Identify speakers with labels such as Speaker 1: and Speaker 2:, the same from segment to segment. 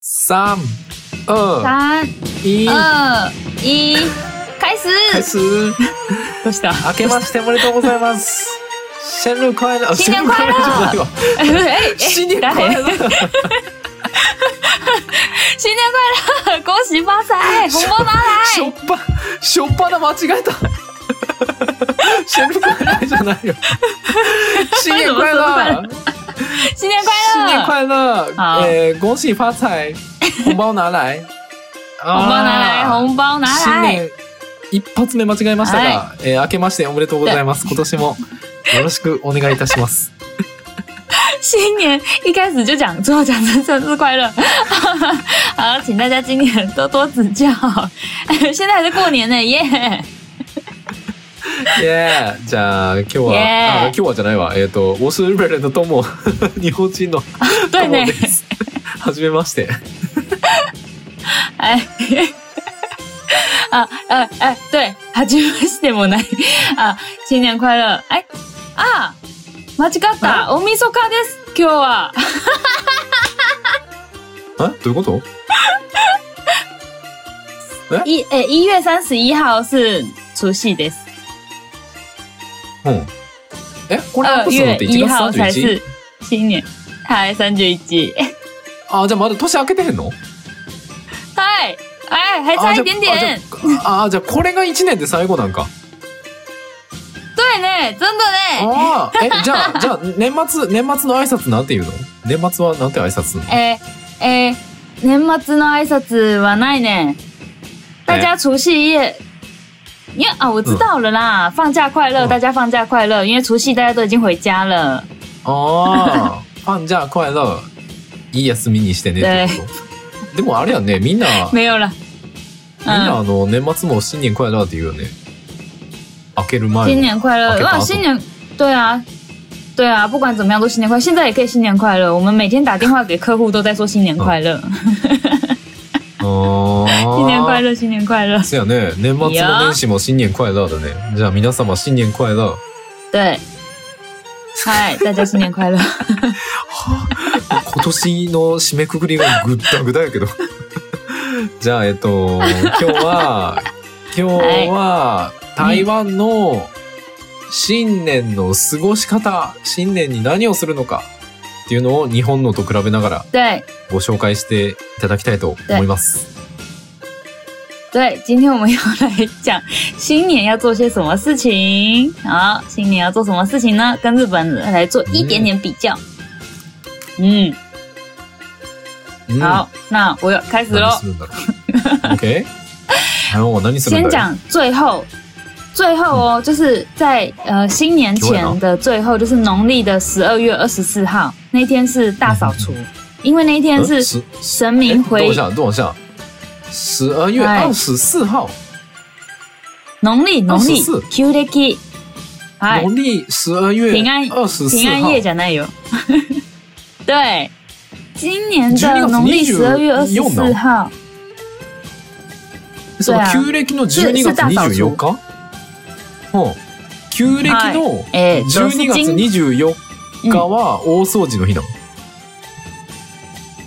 Speaker 1: 三、二、
Speaker 2: 三
Speaker 1: 一，
Speaker 2: 二一，开始。
Speaker 1: 开始。啊
Speaker 2: どうした？
Speaker 1: 明けましておめでとうございます。生日快乐！
Speaker 2: 新年快乐
Speaker 1: 生日快
Speaker 2: え え
Speaker 1: 新年快乐
Speaker 2: 誰 新年快乐！恭喜发 财！红包拿
Speaker 1: しょ
Speaker 2: 来！
Speaker 1: っぱ、しょっぱな間違え た。生日快乐じゃないよ。新年快乐！
Speaker 2: 新年
Speaker 1: 新
Speaker 2: 快
Speaker 1: 年
Speaker 2: 乐！
Speaker 1: 快乐！
Speaker 2: 好
Speaker 1: えー、恭喜发财！红包拿来！
Speaker 2: 红包拿来！
Speaker 1: あー
Speaker 2: 红包拿
Speaker 1: 啊新
Speaker 2: 来！
Speaker 1: 年一発目間違えましたが、
Speaker 2: は
Speaker 1: えー明けましておめでとうござい ます。今年もよろしくお願いいたします。
Speaker 2: 新年一开始就讲错，讲成生日快乐。 好，请大家今年多多指教。 现在还是过年呢，耶！
Speaker 1: イエーじゃあ今日は、
Speaker 2: イエー
Speaker 1: あ今日はじゃないわ。えっ、と、我是日本人の友、 日本人の
Speaker 2: 对
Speaker 1: 友
Speaker 2: 呢
Speaker 1: で，す。はじめまして。
Speaker 2: 哎。啊，呃，哎，对，はじめましてもない。あ、新年快乐。哎、あ、間違った。おみそかです。今日は。
Speaker 1: あどういうこと
Speaker 2: 一え一月三十一号是除夕です。
Speaker 1: うん。えこれアッ
Speaker 2: 二
Speaker 1: プするの
Speaker 2: 月
Speaker 1: って1
Speaker 2: 一
Speaker 1: 月
Speaker 2: 号才
Speaker 1: 31?
Speaker 2: 是新年。はい、三十一。
Speaker 1: あ、じゃあまだ年明けてへんの
Speaker 2: はい。哎，还差一点点。
Speaker 1: あじゃああじゃあこれが1年で最後なんか。
Speaker 2: 对呢，真的呢。
Speaker 1: ああ、え、じゃあ、 じゃあ、年末、年末の挨拶なんて言うの年末はなんて挨拶するの
Speaker 2: ええ年末の挨拶はないね。大家除夕夜，因为啊，我知道了啦，放假快乐，
Speaker 1: 嗯
Speaker 2: 大家放假快乐，因为除夕大家都已经回家了。
Speaker 1: ああ、ファンじゃあ、声の、いい休みにしてねってこと。でもあれやね、みんな、みん
Speaker 2: 没有了。
Speaker 1: な
Speaker 2: 嗯，
Speaker 1: あの、年末も新年声だって言うよね。開ける前
Speaker 2: 新
Speaker 1: に。
Speaker 2: 年快乐！
Speaker 1: OK，
Speaker 2: 哇，
Speaker 1: 好
Speaker 2: 新年，对啊，对啊，不管怎么样都新年快乐。现在也可以新年快乐，我们每天打电话给客户都在说新年快乐，
Speaker 1: ああ。
Speaker 2: 新年快。乐，新年快乐。
Speaker 1: そうやね、年末の年始も新年声だだね。じゃあ皆様新年声だ。
Speaker 2: 对，嗨，大家新年快乐！
Speaker 1: 今年の締めくくりがぐったぐだやけど。 じゃあ、えっと、今日 は、今日は、
Speaker 2: はい
Speaker 1: 台湾の新年の過ごし方、新年に何をするのかっていうのを日本のと比べながら
Speaker 2: 对
Speaker 1: ご紹介していただきたいと思います。
Speaker 2: 对，今天我们要来讲新年要做些什么事情。好，新年要做什么事情呢？跟日本来做一点点比较。嗯，
Speaker 1: うん
Speaker 2: 好，那我要开始
Speaker 1: 何
Speaker 2: 喽
Speaker 1: す。るんだろう。OK? 台湾は何するん
Speaker 2: 先
Speaker 1: だろう
Speaker 2: 讲最后，最后哦，就是在呃新年前的最后，就是农历的十二月二十四号那天是大扫除，因为那一天
Speaker 1: うん
Speaker 2: 是
Speaker 1: す
Speaker 2: 神
Speaker 1: え
Speaker 2: 明
Speaker 1: ど
Speaker 2: 回
Speaker 1: うしたどうした12月24号。
Speaker 2: 农历农历
Speaker 1: 24
Speaker 2: Q 历期，哎
Speaker 1: 农，历十二月
Speaker 2: 平安
Speaker 1: 二十四
Speaker 2: 平安
Speaker 1: 号
Speaker 2: 夜，讲那有， 对，今年
Speaker 1: 12
Speaker 2: 的
Speaker 1: 月
Speaker 2: 农历十二月二十
Speaker 1: 24
Speaker 2: 四号，
Speaker 1: その
Speaker 2: 对啊
Speaker 1: 旧暦の12
Speaker 2: 是是
Speaker 1: 月
Speaker 2: 大扫除
Speaker 1: 24日うん旧暦の
Speaker 2: 哎，都是
Speaker 1: 12月
Speaker 2: 今
Speaker 1: 24日は大掃除の日なの。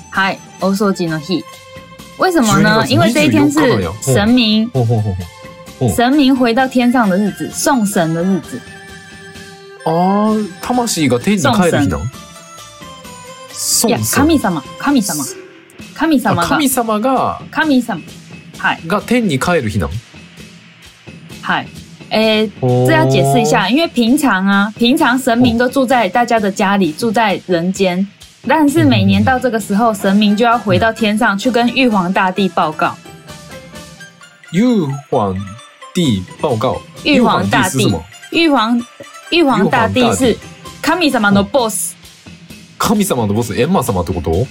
Speaker 2: 嗨欧寿吉の日，为什么
Speaker 1: 12？
Speaker 2: 呢
Speaker 1: 月
Speaker 2: 因为这一天
Speaker 1: 24号
Speaker 2: 是
Speaker 1: 有哦
Speaker 2: 神明。
Speaker 1: ほうほうほううん
Speaker 2: 神明回到天上的日子，送神的日子，
Speaker 1: ほうあー、魂が天に帰る日なの
Speaker 2: い
Speaker 1: 孫
Speaker 2: や
Speaker 1: さん
Speaker 2: 神様、神様、神様
Speaker 1: あ
Speaker 2: が
Speaker 1: 神様が、
Speaker 2: 神様、はい
Speaker 1: が天に帰る日なの。
Speaker 2: はい。诶，
Speaker 1: ほう
Speaker 2: 这要解释一下，因为平常啊，平常神明都住在大家的家里，住在人间，但是每年到这个时候，神明就要回到天上去跟玉皇大帝报告。
Speaker 1: 玉皇帝报告。
Speaker 2: 玉皇大
Speaker 1: 是什
Speaker 2: 帝
Speaker 1: 么，
Speaker 2: 玉皇，玉皇大帝哦是神様の boss，
Speaker 1: 神様のボスエンマ様ってこと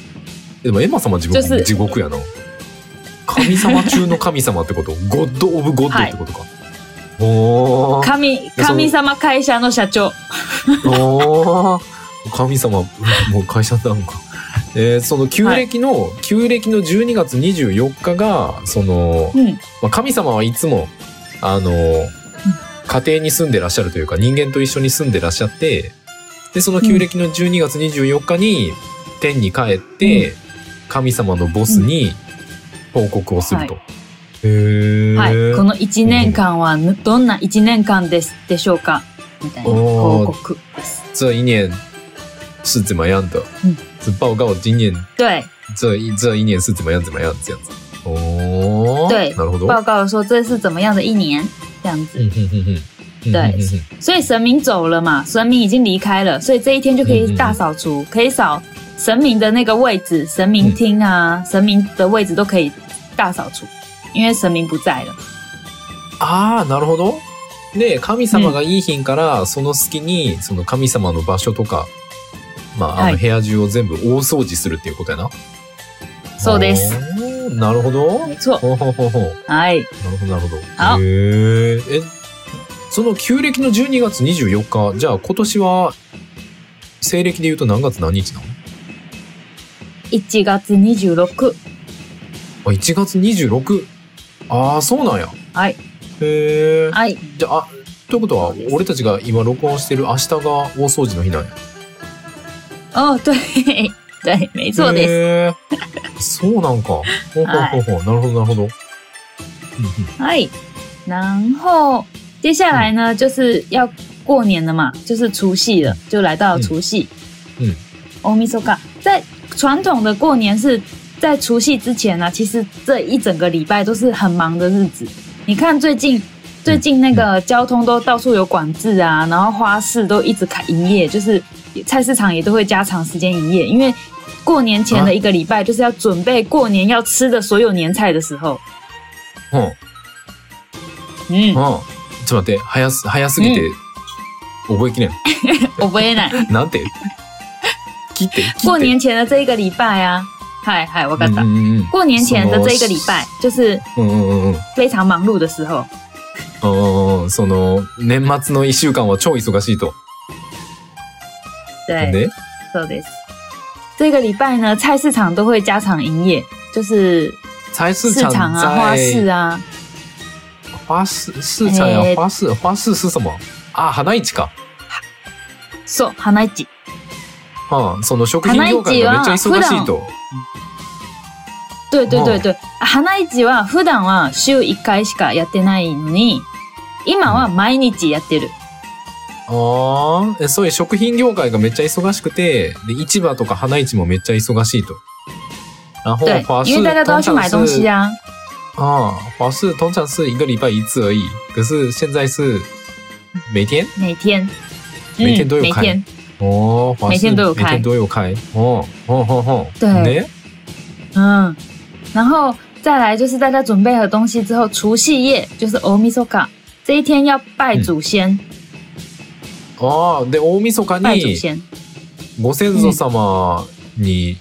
Speaker 1: でもエンマ様自分
Speaker 2: 就是
Speaker 1: 地獄やな神様中の神様ってことゴッド・オブ・ゴッドってことか、おー
Speaker 2: 神神様会社の社長。
Speaker 1: おー神様もう会社なのかえーその旧暦の、旧暦の12月24日がその、
Speaker 2: 嗯，
Speaker 1: まあ、神様はいつもあの家庭に住んでらっしゃるというか人間と一緒に住んでらっしゃってでその旧暦の12月24日に天に帰って、神様のボスに報告をすると。
Speaker 2: は
Speaker 1: へえ。
Speaker 2: はい、この1年間はぬどんな1年間ですでしょうかみたいな報告です。
Speaker 1: 这一年是怎么样的？
Speaker 2: 嗯
Speaker 1: 是报告今年
Speaker 2: 对，
Speaker 1: 这一这一年是怎么样怎么样这样子。哦，
Speaker 2: 对
Speaker 1: なるほど。
Speaker 2: 报告说这是怎么样的一年，这样子。
Speaker 1: 嗯哼哼哼，嗯
Speaker 2: 对
Speaker 1: 哼哼
Speaker 2: 所以神明走了嘛，神明已经离开了，所以这一天就可以大扫除，可以扫神明的那个位置，神明厅啊，神明的位置都可以大扫除，因为神明不在了。
Speaker 1: 哼ああ、なるほど。で、神様がいい品から、その隙に、その神様の場所とか、まあ、あ
Speaker 2: は
Speaker 1: の
Speaker 2: い
Speaker 1: 部屋中を全部大掃除するっていうことやな。
Speaker 2: そうです。
Speaker 1: おー。なるほど。
Speaker 2: 没错，
Speaker 1: ほうほうほうほう。
Speaker 2: 哎，
Speaker 1: なるほど、なるほど。
Speaker 2: あ
Speaker 1: へーえ、その旧暦の12月24日、じゃあ今年は、西暦で言うと何月何日なの
Speaker 2: 1月26
Speaker 1: あ、1月26。ああ、そうなんや。
Speaker 2: はい。
Speaker 1: へえ。
Speaker 2: はい。
Speaker 1: じゃあ、あということは
Speaker 2: そうで、す
Speaker 1: 俺たちが今録音してる明日が大掃除の日なんや。
Speaker 2: 哦，对 对，没错的。
Speaker 1: へーそうなんか。ほうほうほうほう。なるほど、なるほど。うんうん
Speaker 2: 哎，然后接下来呢，就是要过年了嘛，就是除夕了，就来到除夕。
Speaker 1: 嗯嗯，
Speaker 2: 欧米索卡在传统的过年是在除夕之前啊呢、其实这一整个礼拜都是很忙的日子。你看最近。最近那个交通都到处有管制啊，然后花市都一直开营业，就是菜市场也都会加长时间营业，因为过年前的一个礼拜就是要准备过年要吃的所有年菜的时候。
Speaker 1: うん。うん
Speaker 2: 嗯，
Speaker 1: ちょっと待って、早す、早すぎて、覚えきれん。
Speaker 2: 我不会奶。
Speaker 1: なんて切って、切って。
Speaker 2: 过年前的这一个礼拜啊，嗨嗨，我
Speaker 1: う
Speaker 2: 干
Speaker 1: んう
Speaker 2: 的。
Speaker 1: んうん。
Speaker 2: 过年前的这一个礼拜，就是
Speaker 1: うんうんうんうん。
Speaker 2: 非常忙碌的时候。
Speaker 1: うんうんうんその、年末の一週間は超忙しいと。
Speaker 2: 对，
Speaker 1: で、
Speaker 2: そうです。这个礼拜呢，菜市场都会加场营业，就是
Speaker 1: 菜市
Speaker 2: 市
Speaker 1: 場
Speaker 2: 场啊、花市
Speaker 1: 在
Speaker 2: 啊，
Speaker 1: 花市、市場
Speaker 2: え
Speaker 1: や
Speaker 2: ー
Speaker 1: 花市、花市是什么あ、花市か。
Speaker 2: そう、花市。
Speaker 1: うん、その食品業界がめっちゃ忙しいと。
Speaker 2: 对对对
Speaker 1: 哦
Speaker 2: 对、花市は普段は週1回しかやってないのに、今は毎日やってる。
Speaker 1: ああ、えそういう食品業界がめっちゃ忙しくて、で市場とか花市もめっちゃ忙しいと。然后
Speaker 2: 对
Speaker 1: 花，市
Speaker 2: 因为大家都要去买东
Speaker 1: 通常是
Speaker 2: 西啊。
Speaker 1: 啊，华氏通常是一个礼拜一次而已，可是现在是每 天
Speaker 2: 每天，嗯
Speaker 1: 每天都有
Speaker 2: 每
Speaker 1: 开
Speaker 2: 天
Speaker 1: 哦，华氏
Speaker 2: 每天都有开
Speaker 1: 每天都有开哦，哦哦哦，
Speaker 2: 对
Speaker 1: 呢，
Speaker 2: 嗯，然后再来就是大家准备好东西之后，除夕夜就是欧米 k a 这一天要拜祖先，
Speaker 1: 嗯哦，で大晦日
Speaker 2: 拜祖
Speaker 1: に
Speaker 2: 先。
Speaker 1: ご先祖様に、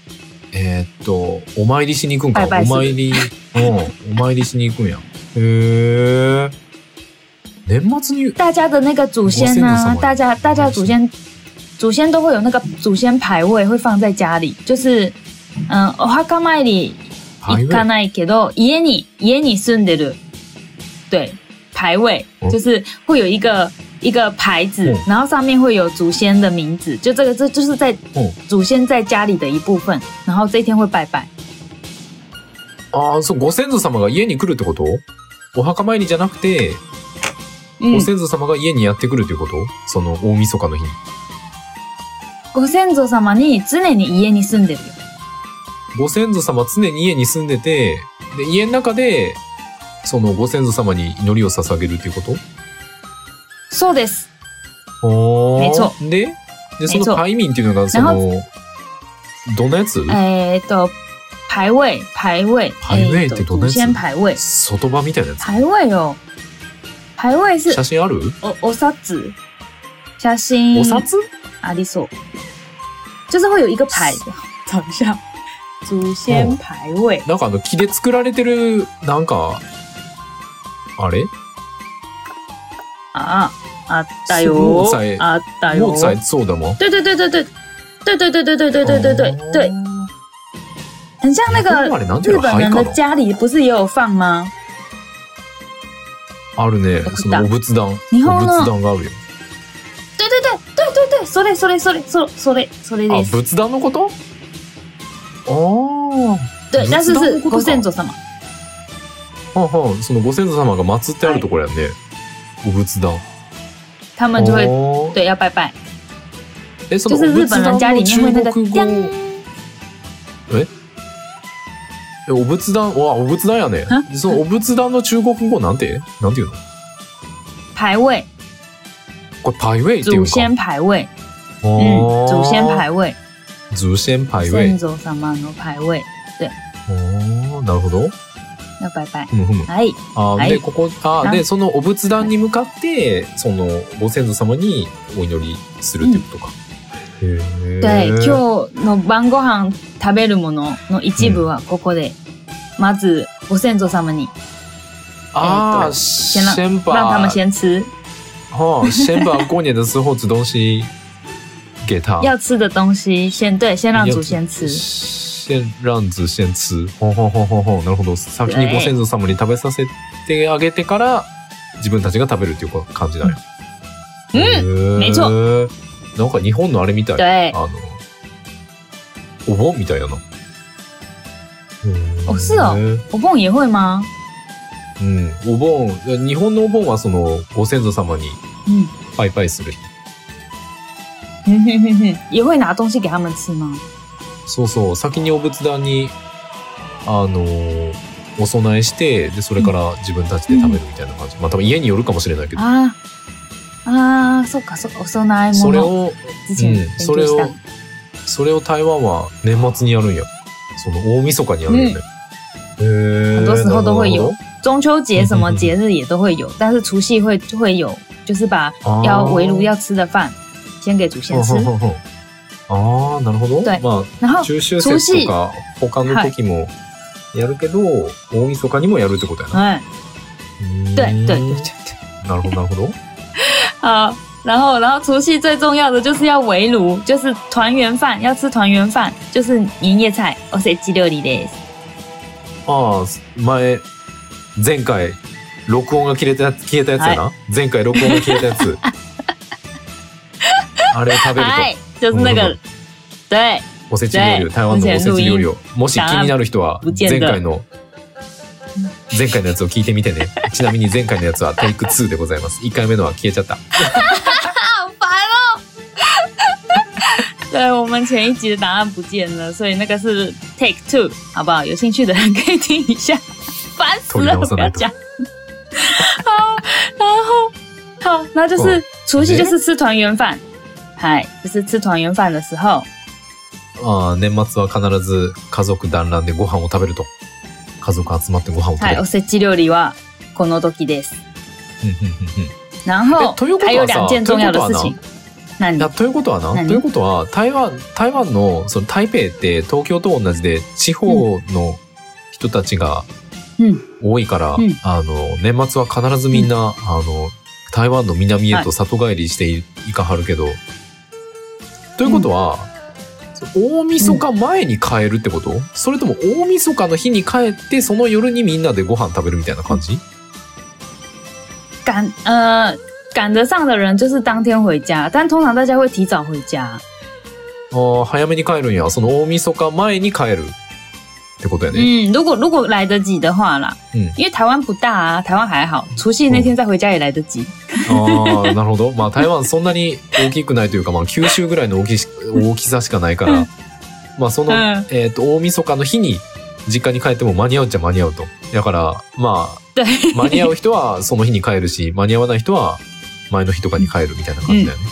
Speaker 1: えーっとお参りしに行くんか、
Speaker 2: バイバイする
Speaker 1: お参り、うん、お参りしに行くんや。へえ。年末に
Speaker 2: 大家的那个祖先呢、
Speaker 1: 我先祖什么
Speaker 2: 大家大家祖先祖先都会有那个祖先牌位，会放在家里，就是嗯，お墓参り
Speaker 1: 排
Speaker 2: 行
Speaker 1: 位
Speaker 2: かないけど、家に家に住んでる，对，牌位
Speaker 1: 哦
Speaker 2: 就是会有一个一个牌子
Speaker 1: 嗯，
Speaker 2: 然后上面会有祖先的名字，就这个这就是在
Speaker 1: 嗯
Speaker 2: 祖先在家里的一部分，然后这一天会拜拜。
Speaker 1: ああ、そうご先祖様が家に来るってこと？お墓参りじゃなくて。
Speaker 2: 嗯
Speaker 1: ご，先祖様が家にやってくるということその大晦日の日に。
Speaker 2: ご先祖様に常に家に住んでるよ。
Speaker 1: ご先祖様常に家に住んでて、で、家の中で、そのご先祖様に祈りを捧げるということ
Speaker 2: そうです。
Speaker 1: お
Speaker 2: めっそ
Speaker 1: で、で、そ
Speaker 2: めっ
Speaker 1: の
Speaker 2: そ
Speaker 1: パイミンっていうのが、そ
Speaker 2: な
Speaker 1: の、どんなやつ
Speaker 2: えーっと、牌位、牌
Speaker 1: 牌
Speaker 2: 位、
Speaker 1: 位
Speaker 2: えー
Speaker 1: ってどんな
Speaker 2: 祖
Speaker 1: やつ
Speaker 2: 先牌位、
Speaker 1: 外場みたいなやつ
Speaker 2: 牌位哦，牌位是
Speaker 1: 写真ある
Speaker 2: おお札、写真
Speaker 1: お札
Speaker 2: ありそう，就是会有一个牌。找一下，祖先牌位。
Speaker 1: なんかあの、木で作られてる、なんか、あれ
Speaker 2: 啊，あったよ
Speaker 1: 木材。
Speaker 2: あった
Speaker 1: も
Speaker 2: よ
Speaker 1: う。在そうだもん。
Speaker 2: 对对对对对。对对对对对对对对对对，很像那
Speaker 1: 日
Speaker 2: 个
Speaker 1: 本あれなんてい
Speaker 2: 日
Speaker 1: うの
Speaker 2: 本
Speaker 1: 灰
Speaker 2: 人
Speaker 1: か
Speaker 2: 的
Speaker 1: な
Speaker 2: 家里不是也有放吗？
Speaker 1: あるね。そのお仏壇。
Speaker 2: 日
Speaker 1: お
Speaker 2: 本の
Speaker 1: 仏壇があるよ。
Speaker 2: 对对对对对对，それそれそれそそれそれ
Speaker 1: あ、
Speaker 2: です。
Speaker 1: 仏壇のことあああ
Speaker 2: 对，
Speaker 1: 仏
Speaker 2: 但是
Speaker 1: 壇
Speaker 2: 是
Speaker 1: のこと
Speaker 2: ご
Speaker 1: か
Speaker 2: 先祖様。
Speaker 1: あ。はあはあ、そのご先祖様が祀ってあるところやね。お仏壇。
Speaker 2: 他们就会
Speaker 1: 哦
Speaker 2: 对要拜拜，
Speaker 1: え、その
Speaker 2: 就是日本人家里面会那
Speaker 1: お
Speaker 2: 个
Speaker 1: 仏壇の中
Speaker 2: 叮
Speaker 1: 国語。え、お仏壇、わあ、お仏壇やね。そのお仏壇の中国語なんて、なんていうの。
Speaker 2: 牌位，
Speaker 1: これ、パイウェイってい
Speaker 2: 祖
Speaker 1: うんか。
Speaker 2: 先牌位，
Speaker 1: あ
Speaker 2: 嗯，
Speaker 1: ー
Speaker 2: 祖先牌位，
Speaker 1: 祖先哦牌
Speaker 2: 先
Speaker 1: 位。
Speaker 2: 祖様の牌位
Speaker 1: おお、なるほど。
Speaker 2: 要拜拜。哎
Speaker 1: ふむふむ。
Speaker 2: はい、
Speaker 1: あ
Speaker 2: は
Speaker 1: ー
Speaker 2: い
Speaker 1: で、ここ、あー
Speaker 2: なん
Speaker 1: で、そのお仏壇に向かって、そのご先祖様にお祈りするってことか。へえ。
Speaker 2: 对、今日の晩ご飯食べるものの一啊部はここで、まずご先祖様に
Speaker 1: 啊
Speaker 2: えー，と
Speaker 1: 先
Speaker 2: 让让他
Speaker 1: 把
Speaker 2: 们先吃
Speaker 1: 哦，先把过年的时候吃东西给他，
Speaker 2: 要吃的东西先对先让
Speaker 1: 要
Speaker 2: 祖先吃。
Speaker 1: 先让子先吃。ほんほんほんほんほんなるほど。先にご先祖様に食べさせてあげてから自分たちが食べるっていう感じだよ。
Speaker 2: う
Speaker 1: う
Speaker 2: ん
Speaker 1: ん
Speaker 2: 没错。
Speaker 1: なんか日本のあれみたい。
Speaker 2: 嗯对
Speaker 1: あのお盆みたいやな。
Speaker 2: おそう
Speaker 1: へー
Speaker 2: お盆也会吗？
Speaker 1: うん、お盆、日本のお盆はそのご先祖様に
Speaker 2: 嗯，
Speaker 1: バイバイする日。
Speaker 2: 也会拿东西给他们吃吗？
Speaker 1: そうそう、先にお仏壇に、あのーお供えして、で、それから自分たちで食べるみたいな感じ。まあ多分家によるかもしれないけど、
Speaker 2: あーあー、そっかそっか、お供え
Speaker 1: それ
Speaker 2: 物。
Speaker 1: を、
Speaker 2: 之前
Speaker 1: うん
Speaker 2: 勉
Speaker 1: それ
Speaker 2: 強し
Speaker 1: を
Speaker 2: た。
Speaker 1: それを台湾は年末にやるんや。その大晦日にやるんやね。へ
Speaker 2: 很
Speaker 1: ー
Speaker 2: 多时候都会
Speaker 1: なるほ
Speaker 2: 有
Speaker 1: ど
Speaker 2: 中秋节什么节日也都会有，但是除夕会会有，就是把
Speaker 1: あー
Speaker 2: 要围炉要吃的饭先给祖先吃
Speaker 1: ほん，ほんほんほんあー、なるほど。
Speaker 2: 对
Speaker 1: ま
Speaker 2: 然
Speaker 1: あ、
Speaker 2: 后
Speaker 1: 中秋節とか、他の時もやるけど、大晦日にもやるってことやな。
Speaker 2: 哎，对
Speaker 1: うーん
Speaker 2: 对对对
Speaker 1: なるほど、なるほど。
Speaker 2: 好，然后然后除夕最重要的就是要围炉，就是团圆饭，要吃团圆饭，就是年夜菜。哦おせち料理です。
Speaker 1: ああ、前、前回、録音が切れた、消えたやつやな。前回録音が消えたや つ。あれを食べる
Speaker 2: はい、哎就是那
Speaker 1: な
Speaker 2: 个
Speaker 1: る，
Speaker 2: 对，
Speaker 1: と、おせち料理を、
Speaker 2: 对
Speaker 1: 台湾のおせち料理を。もし気
Speaker 2: 音
Speaker 1: になる人は
Speaker 2: 不、見
Speaker 1: 前
Speaker 2: 得
Speaker 1: 回の、前回のやつを聞いてみてね。ちなみに前回のやつはテイク2でございます。1回目のは消えちゃった。
Speaker 2: 好烦哦。 对我们前一集的答案不见了，所以那个是 take two，好不好？有兴趣的人可以听一下，烦死了，不要讲。 好，然后好，那就是
Speaker 1: 哦
Speaker 2: 除夕就是吃团圆饭，嗨，就是吃团圆饭的时候，
Speaker 1: ああ、年末は必ず家族団らんでご飯を食べると。家族集まってご飯を食べ
Speaker 2: 嗨，
Speaker 1: る。
Speaker 2: おせち料理はこの時です。
Speaker 1: うんうんうんうん
Speaker 2: 然后
Speaker 1: えということは
Speaker 2: 还有哦两
Speaker 1: さ
Speaker 2: 件重要的事
Speaker 1: という
Speaker 2: 情，那
Speaker 1: い
Speaker 2: 你
Speaker 1: やということはな、
Speaker 2: 何
Speaker 1: ということは、台湾、台湾の、その台北って東京と同じで、地方の人たちが
Speaker 2: うん
Speaker 1: 多いから、
Speaker 2: うん
Speaker 1: あの、年末は必ずみんな、あの、台湾の南へと里帰りしてい,、かはるけど、ということは、その大晦日前に帰るってこと、それとも大晦日の日に帰って、その夜にみんなでご飯食べるみたいな感じ、
Speaker 2: 赶呃赶得上的人就是当天回家，但通常大家会提早回家。
Speaker 1: ああ、早めに帰るんや。その大晦日前に帰るってことやね。
Speaker 2: 嗯，如果如果来得及的话啦，
Speaker 1: 嗯
Speaker 2: 因为台湾不大啊，台湾还好，除夕那天再回家也来得及。
Speaker 1: ああ、なるほど。まあ台湾そんなに大きくないというか、まあ九州ぐらいの大きし大きさしかないから、まあその、
Speaker 2: うん
Speaker 1: えっ、と、大晦日の日に実家に帰っても間に合うっちゃ間に合うと。だから、 ま
Speaker 2: 对，
Speaker 1: あ、間に合う人はその日に帰るし、間に合わない人は前の日とかに帰るみたいな感じだよね。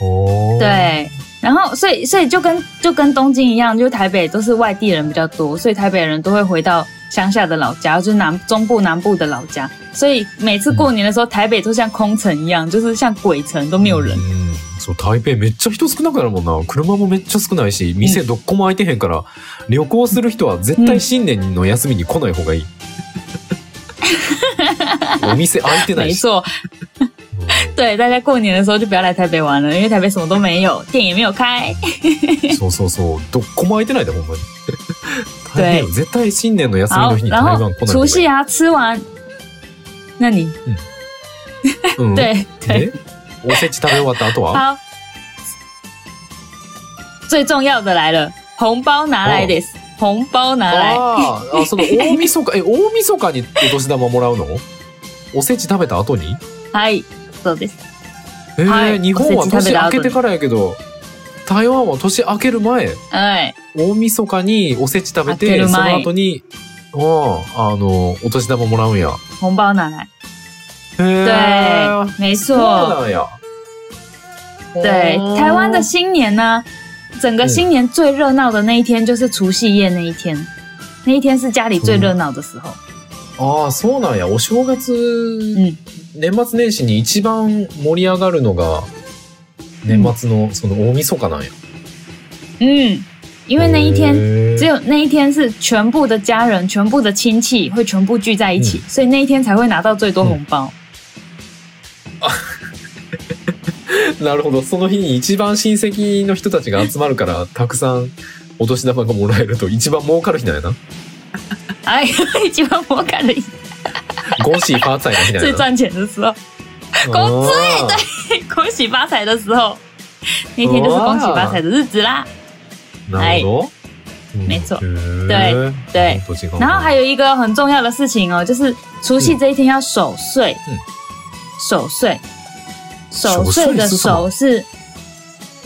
Speaker 1: おー。
Speaker 2: 对。然后，所以，所以就跟就跟东京一样，就是台北都是外地人比较多，所以台北人都会回到乡下的老家，就是南中部南部的老家。所以每次过年的时候，台北都像空城一样，就是像鬼城都没有人
Speaker 1: う。んそう台北めっちゃ人少なくなるもんな車もめっちゃ少ないし店どっこも開いてへんから、旅行する人は絶対新年の休みに来ない方がい い、お店開いてな
Speaker 2: 没
Speaker 1: いし
Speaker 2: 错，
Speaker 1: うん
Speaker 2: 对，大家过年的时候就不要来台北玩了，因为台北什么都没有，
Speaker 1: 啊
Speaker 2: 店也没有开。
Speaker 1: そうそうそうどっこも開いてないでほんまに台北絶対新年の休み
Speaker 2: 好
Speaker 1: の日，に台
Speaker 2: 然
Speaker 1: 湾来
Speaker 2: 后
Speaker 1: ない方
Speaker 2: 除
Speaker 1: がい
Speaker 2: 夕
Speaker 1: い、
Speaker 2: 啊，吃完，那你
Speaker 1: うん、
Speaker 2: 对
Speaker 1: で
Speaker 2: 对，
Speaker 1: おせち食べ終わった後は
Speaker 2: 好，最重要的来了，红包拿来的，红包拿来。
Speaker 1: あーあ、その大晦日、え、大晦日にお年玉もらうのおせち食べた後に
Speaker 2: はい、そうです。
Speaker 1: えー
Speaker 2: はい
Speaker 1: 日本は
Speaker 2: おせち
Speaker 1: 年
Speaker 2: 食べた後
Speaker 1: 明
Speaker 2: に
Speaker 1: けてからやけど、台湾は年明ける前、
Speaker 2: はい、
Speaker 1: 大晦日におせち食べ
Speaker 2: 明け
Speaker 1: て、
Speaker 2: る
Speaker 1: その
Speaker 2: 前
Speaker 1: 後に、ああ、あの、お年玉もらうんや。
Speaker 2: 红包拿来。
Speaker 1: へえ。
Speaker 2: 对，没
Speaker 1: そう
Speaker 2: 错。
Speaker 1: なんや。
Speaker 2: 对
Speaker 1: お，ー
Speaker 2: 台湾的新年呢，整个新年最热闹的那一天就是除夕夜那一天，那一天是家里最热闹的时候。
Speaker 1: ああ、そうなんや。お正月、
Speaker 2: ん
Speaker 1: 年末年始に一番盛り上がるのが、年末のその大晦日なんや。
Speaker 2: 嗯，因为那一天
Speaker 1: へー
Speaker 2: 只有那一天是全部的家人、全部的亲戚会全部聚在一起，所以那一天才会拿到最多红包。
Speaker 1: なるほど。その日に一番親戚の人たちが集まるから、たくさんお年玉がもらえると一番儲かる日なんやな。
Speaker 2: 哎， 一般我感觉
Speaker 1: ゴンシーファーツァイの日なん
Speaker 2: 最
Speaker 1: やな。
Speaker 2: 赚钱的时候，ゴン恭喜发财的时候，那天就是恭喜发财的日子啦。
Speaker 1: あーなるほど。うん
Speaker 2: 没错
Speaker 1: へー
Speaker 2: 对对
Speaker 1: 本当違うな
Speaker 2: 然后还有一个很重要的事情哦，就是除夕这一天要守岁
Speaker 1: 嗯，
Speaker 2: 守岁，
Speaker 1: 守
Speaker 2: 守
Speaker 1: 岁
Speaker 2: 岁的
Speaker 1: 是什么
Speaker 2: 守是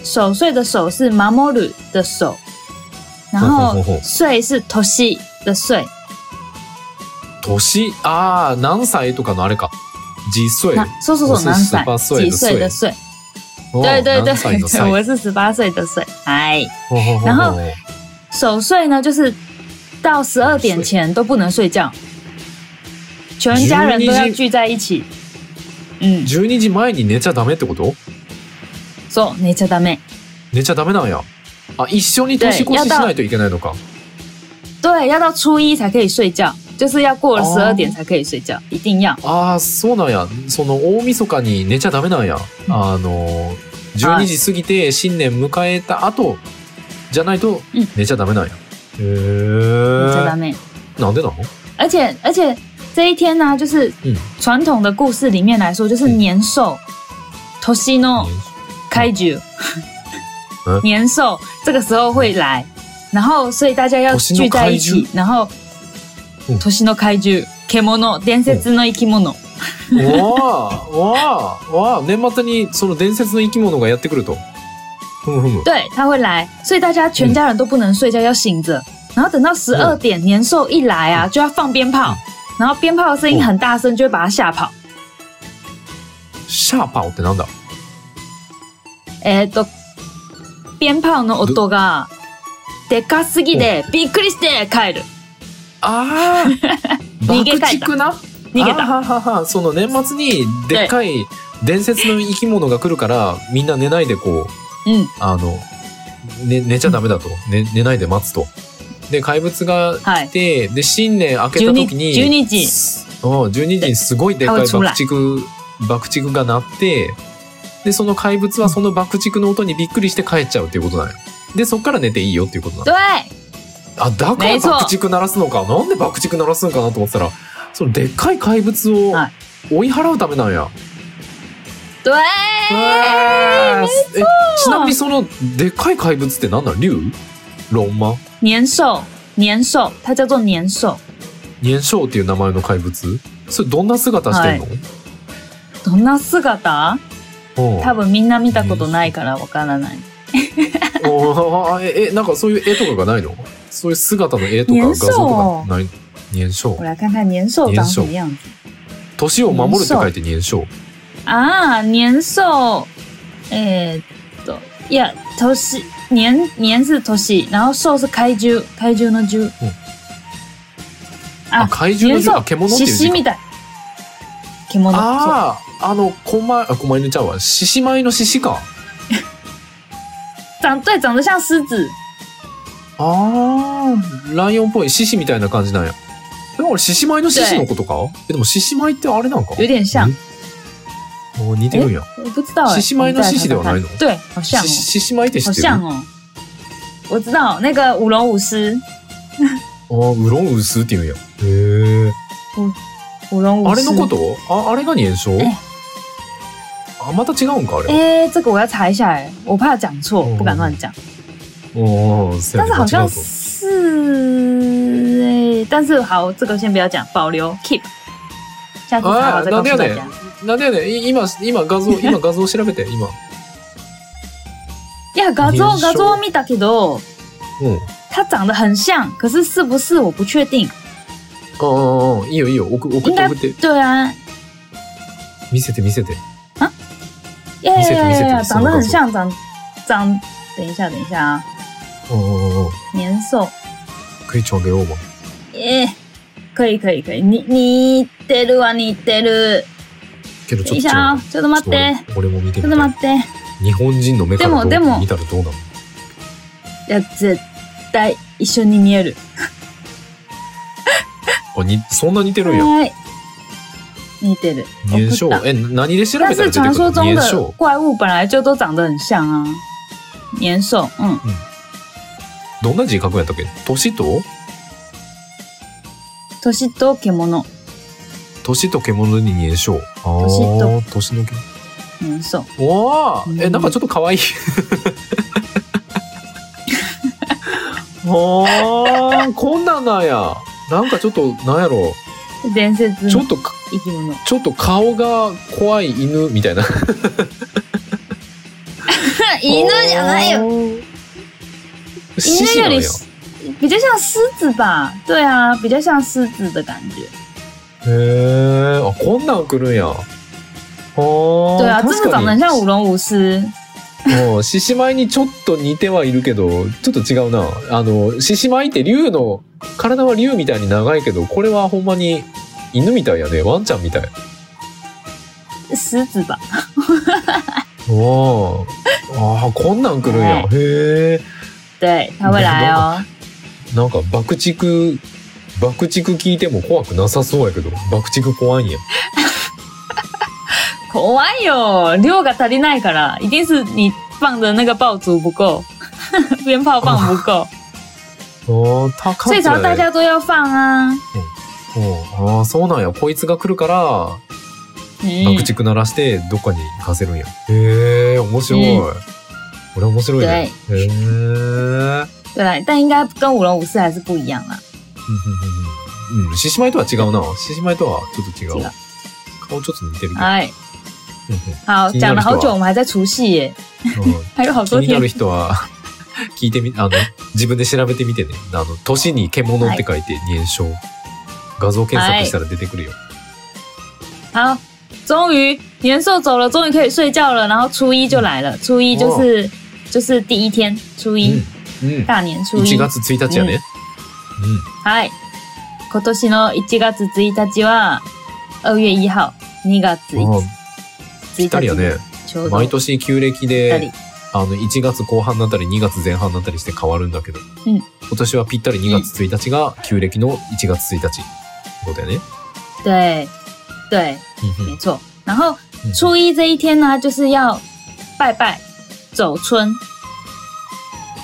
Speaker 2: 守岁的守是 mamoru 的守，然
Speaker 1: 吼吼
Speaker 2: 后
Speaker 1: 吼
Speaker 2: 岁是 toshi 的岁，
Speaker 1: 年、ああ、何歳とかのあれか。実岁。
Speaker 2: 那说说说
Speaker 1: 我是
Speaker 2: 哪岁
Speaker 1: 18岁的
Speaker 2: 几岁的岁？对对对
Speaker 1: 何歳の
Speaker 2: 对，
Speaker 1: 歳。
Speaker 2: 我是十八岁的岁。哎，
Speaker 1: ほうほうほう
Speaker 2: 然后守岁呢，就是到十二点前都不能睡觉，全家人都要聚在一起。嗯，
Speaker 1: 12時前に寝ちゃダメってこと
Speaker 2: 说没吃到没？
Speaker 1: 寝ちゃダメなんや。あ、一緒に年越し
Speaker 2: 对要
Speaker 1: し
Speaker 2: 到
Speaker 1: ないといけないのか。
Speaker 2: 对，要到初一才可以睡觉，就是要过了
Speaker 1: 哦
Speaker 2: 十二点才可以睡觉，一定要。
Speaker 1: ああ、そうなんや。その大晦日に寝ちゃダメなんや。あの、12時過ぎて新年迎えた後じゃないと
Speaker 2: うん
Speaker 1: 寝ちゃダメなんや。へ
Speaker 2: 没吃
Speaker 1: え。
Speaker 2: 到没？
Speaker 1: なんでなの
Speaker 2: 而且而且这一天呢，就是
Speaker 1: 嗯
Speaker 2: 传统的故事里面来说，就是
Speaker 1: 嗯
Speaker 2: 年兽 t o s h no 开局
Speaker 1: 嗯，
Speaker 2: 年兽这个时候会来，然后所以大家要
Speaker 1: 年の
Speaker 2: 聚在一
Speaker 1: 怪獣
Speaker 2: 起，然后
Speaker 1: 嗯
Speaker 2: 年の怪獣、獣、伝説の生き物。
Speaker 1: わあ、わあ、わあ、年末にその伝説の生き物がやってくると。ふむふむ。
Speaker 2: 对，他会来，所以大家全家人都不能睡觉，要醒着。然后等到十二点，年兽一来啊，就要放鞭炮，然后鞭炮的声音很大声，就会把他吓跑。
Speaker 1: シャーパオってなんだ
Speaker 2: えっと、鞭炮の音がでかすぎてびっくりして帰る。
Speaker 1: ああ
Speaker 2: 逃げ帰った
Speaker 1: 爆竹な
Speaker 2: 逃げ
Speaker 1: あ
Speaker 2: た。
Speaker 1: はははその年末にでっかい伝説の生き物が来るからみんな寝ないでこう
Speaker 2: 嗯，
Speaker 1: あの、ね、寝ちゃダメだと、ね、寝ないで待つとで怪物が
Speaker 2: はい
Speaker 1: 来。て、で新年明けた時に
Speaker 2: 12 12時
Speaker 1: うん12時にすごいでっかい
Speaker 2: 顔出
Speaker 1: 爆竹爆竹が鳴ってでその怪物はその爆竹の音にびっくりして帰っちゃうっていうことなんよでそっから寝ていいよっていうことなんよ
Speaker 2: 对，
Speaker 1: あだから
Speaker 2: 没错
Speaker 1: 爆竹鳴らすのかなんで爆竹鳴らすのかなと思ってたらそのでっかい怪物を
Speaker 2: はい
Speaker 1: 追い払うためなんや、
Speaker 2: 对，
Speaker 1: えーえちなみにそのでっかい怪物って何なの竜ロンマ
Speaker 2: 年兽，年兽，它叫做年兽。
Speaker 1: 年少っていう名前の怪物それどんな姿してんの、
Speaker 2: どんな姿？
Speaker 1: うん
Speaker 2: 多分みんな見たことないからわからない。
Speaker 1: おーええなんかそういう絵とかがないのそういう姿の絵とか画像とかない年少
Speaker 2: 我来看看年兽长什么样子
Speaker 1: 年を守るって書いて年少
Speaker 2: 啊？年兽，哎，都呀，头是年年是头是，然后兽是开獣，开獣の獣。
Speaker 1: あ
Speaker 2: あ
Speaker 1: 怪獣の銃
Speaker 2: 年兽
Speaker 1: あ、獣ってい
Speaker 2: 獅
Speaker 1: う字
Speaker 2: 子
Speaker 1: か
Speaker 2: みたい。獣。そう
Speaker 1: あああの狛あ狛犬ちゃうわ獅子舞の獅子か
Speaker 2: 长对，长得像狮子。
Speaker 1: ああライオンっぽい獅子みたいな感じなんやでも俺獅子舞の獅子のことかえでも獅子舞ってあれなんか
Speaker 2: 有点像
Speaker 1: んお似てるんや
Speaker 2: 我不知道哎、
Speaker 1: 獅子舞の獅子ではないの
Speaker 2: 对，好像、哦，
Speaker 1: 獅獅子舞って知
Speaker 2: 好
Speaker 1: ってる
Speaker 2: 像哦。我知道那个舞龙舞狮，
Speaker 1: ああ、ウロンウスって言うんや。へえ。
Speaker 2: 舞龙舞
Speaker 1: あ
Speaker 2: 狮。
Speaker 1: れのことあ、あれが年少
Speaker 2: え
Speaker 1: あ、また違うんかあれは。
Speaker 2: 哎、这个我要查一下哎、我怕讲错
Speaker 1: 嗯，
Speaker 2: 不敢乱讲。
Speaker 1: おーせやね間違うと
Speaker 2: 但是好像是哎、但是好，这个先不要讲，保留 keep，下次查好再告诉大
Speaker 1: 哎那だ。な
Speaker 2: 家
Speaker 1: んでやねんい今今画 像今画像調べて今
Speaker 2: いや画像
Speaker 1: 年少
Speaker 2: 画像を見たけど、
Speaker 1: うん
Speaker 2: 它长得很像，可是是不是我不确定。
Speaker 1: ああいいよいいよ送送って
Speaker 2: 应该
Speaker 1: 送って
Speaker 2: 对啊，
Speaker 1: 見せて見せて
Speaker 2: 耶
Speaker 1: 見せて見せてそ
Speaker 2: 长
Speaker 1: の画
Speaker 2: 得很
Speaker 1: 像
Speaker 2: 像，长长，等一下等一下啊，
Speaker 1: うんうんうん
Speaker 2: 年兽
Speaker 1: クイチョンゲローマン
Speaker 2: 耶、可以可以可以，你你得るわ你得る。
Speaker 1: けどち
Speaker 2: 等
Speaker 1: ょっと
Speaker 2: 一下
Speaker 1: 違う
Speaker 2: 啊，ちょっと待っ
Speaker 1: ちょ
Speaker 2: て
Speaker 1: っ。と俺俺も見て
Speaker 2: ちょ
Speaker 1: み
Speaker 2: っと
Speaker 1: たい
Speaker 2: 待って。
Speaker 1: 日本人の目から
Speaker 2: でも
Speaker 1: どう
Speaker 2: でも
Speaker 1: 見たらどうなの
Speaker 2: いや、絶対一緒に見える。
Speaker 1: あにそんな似てるんや
Speaker 2: はい。似てる。
Speaker 1: 年少
Speaker 2: 送った
Speaker 1: え何で調べたら
Speaker 2: 但
Speaker 1: 出
Speaker 2: 是
Speaker 1: てくる
Speaker 2: 传说中
Speaker 1: 年
Speaker 2: 的
Speaker 1: 少
Speaker 2: 怪物本来就都长得很像啊。年兽，嗯，
Speaker 1: どんな字書くんやったっけ年と
Speaker 2: 年と獣，
Speaker 1: 年と獣に年少ああ
Speaker 2: 年と
Speaker 1: 年の
Speaker 2: 年兽。
Speaker 1: 獣わあえ
Speaker 2: うん
Speaker 1: なんかちょっと可愛い ああこんなんなんやなんかちょっとなんやろ
Speaker 2: 伝説
Speaker 1: ちょ
Speaker 2: の
Speaker 1: っとか
Speaker 2: 生き 物。
Speaker 1: ちょっと顔が怖い犬みたいな
Speaker 2: 犬じゃないよ。
Speaker 1: 獅
Speaker 2: 犬
Speaker 1: 子
Speaker 2: よ
Speaker 1: なん
Speaker 2: り
Speaker 1: や
Speaker 2: 比较像狮子吧？对啊，比较像狮子的感觉。
Speaker 1: へえ、あ、こんなん来るんや。あー
Speaker 2: 对啊，真的长得很像舞龙舞狮。
Speaker 1: うん獅子舞にちょっと似てはいるけど、ちょっと違うな。あの、獅子舞って竜の、体は竜みたいに長いけど、これはほんまに犬みたいやね。ワンちゃんみたい。
Speaker 2: 狮子吧，
Speaker 1: おああ、こんなん来るんや。
Speaker 2: ね
Speaker 1: へえ。
Speaker 2: 对，它会来哦。
Speaker 1: なんか爆竹、爆竹聞いても怖くなさそうやけど、爆竹怖いんや。
Speaker 2: 怖いよ，量が足りないから，一定是你放的那个爆竹不够， 鞭炮放不够，
Speaker 1: ああ、高
Speaker 2: 所以才大家都要放啊。
Speaker 1: うんああ、そうなんや。こいつが来るから、
Speaker 2: 嗯
Speaker 1: 爆，竹鳴らしてどっかに行かせるんや。へえ、面白い。
Speaker 2: う
Speaker 1: これ面白いね。へえ。うんうん
Speaker 2: 对，但应该跟舞龙舞狮还是不一样啊啦。
Speaker 1: うんうん獅子舞とは違うな。獅子舞とはちょっと違う。
Speaker 2: 違う
Speaker 1: 顔ちょっと似てるけど
Speaker 2: 哎，
Speaker 1: う
Speaker 2: 好，
Speaker 1: 今天
Speaker 2: 讲了好
Speaker 1: 要去
Speaker 2: 久，
Speaker 1: 玩
Speaker 2: 我们还在除夕耶，
Speaker 1: んうん。
Speaker 2: 还有好
Speaker 1: 気
Speaker 2: 多
Speaker 1: にな
Speaker 2: 天
Speaker 1: る。人は 聞いてみ、あの、自分で調べてみてね。あの、年に獣って書いて年少。画像検索したら出てくるよ。
Speaker 2: 好，终于年兽走了，终于可以睡觉了。然后初一就来了，初一就是、就是第一天，初一、
Speaker 1: うん。うん。
Speaker 2: 大年初一
Speaker 1: 1。月1日やね。うん。
Speaker 2: はい。今年の1月1日は、2月1号、2
Speaker 1: あ
Speaker 2: 月
Speaker 1: あ
Speaker 2: 1日。
Speaker 1: ぴったりやね。
Speaker 2: ちょうど。
Speaker 1: 毎年旧暦
Speaker 2: ぴった
Speaker 1: で
Speaker 2: り。
Speaker 1: あの、1月後半だったり、2月前半だったりして変わるんだけど、
Speaker 2: うん
Speaker 1: 今年はぴったり2月1日が旧暦の1月1日。そうだよね。
Speaker 2: 对。对。
Speaker 1: うんう
Speaker 2: 没
Speaker 1: ん
Speaker 2: 错。然后、
Speaker 1: うん
Speaker 2: 初一这一天呢、就是要拜拜、走春。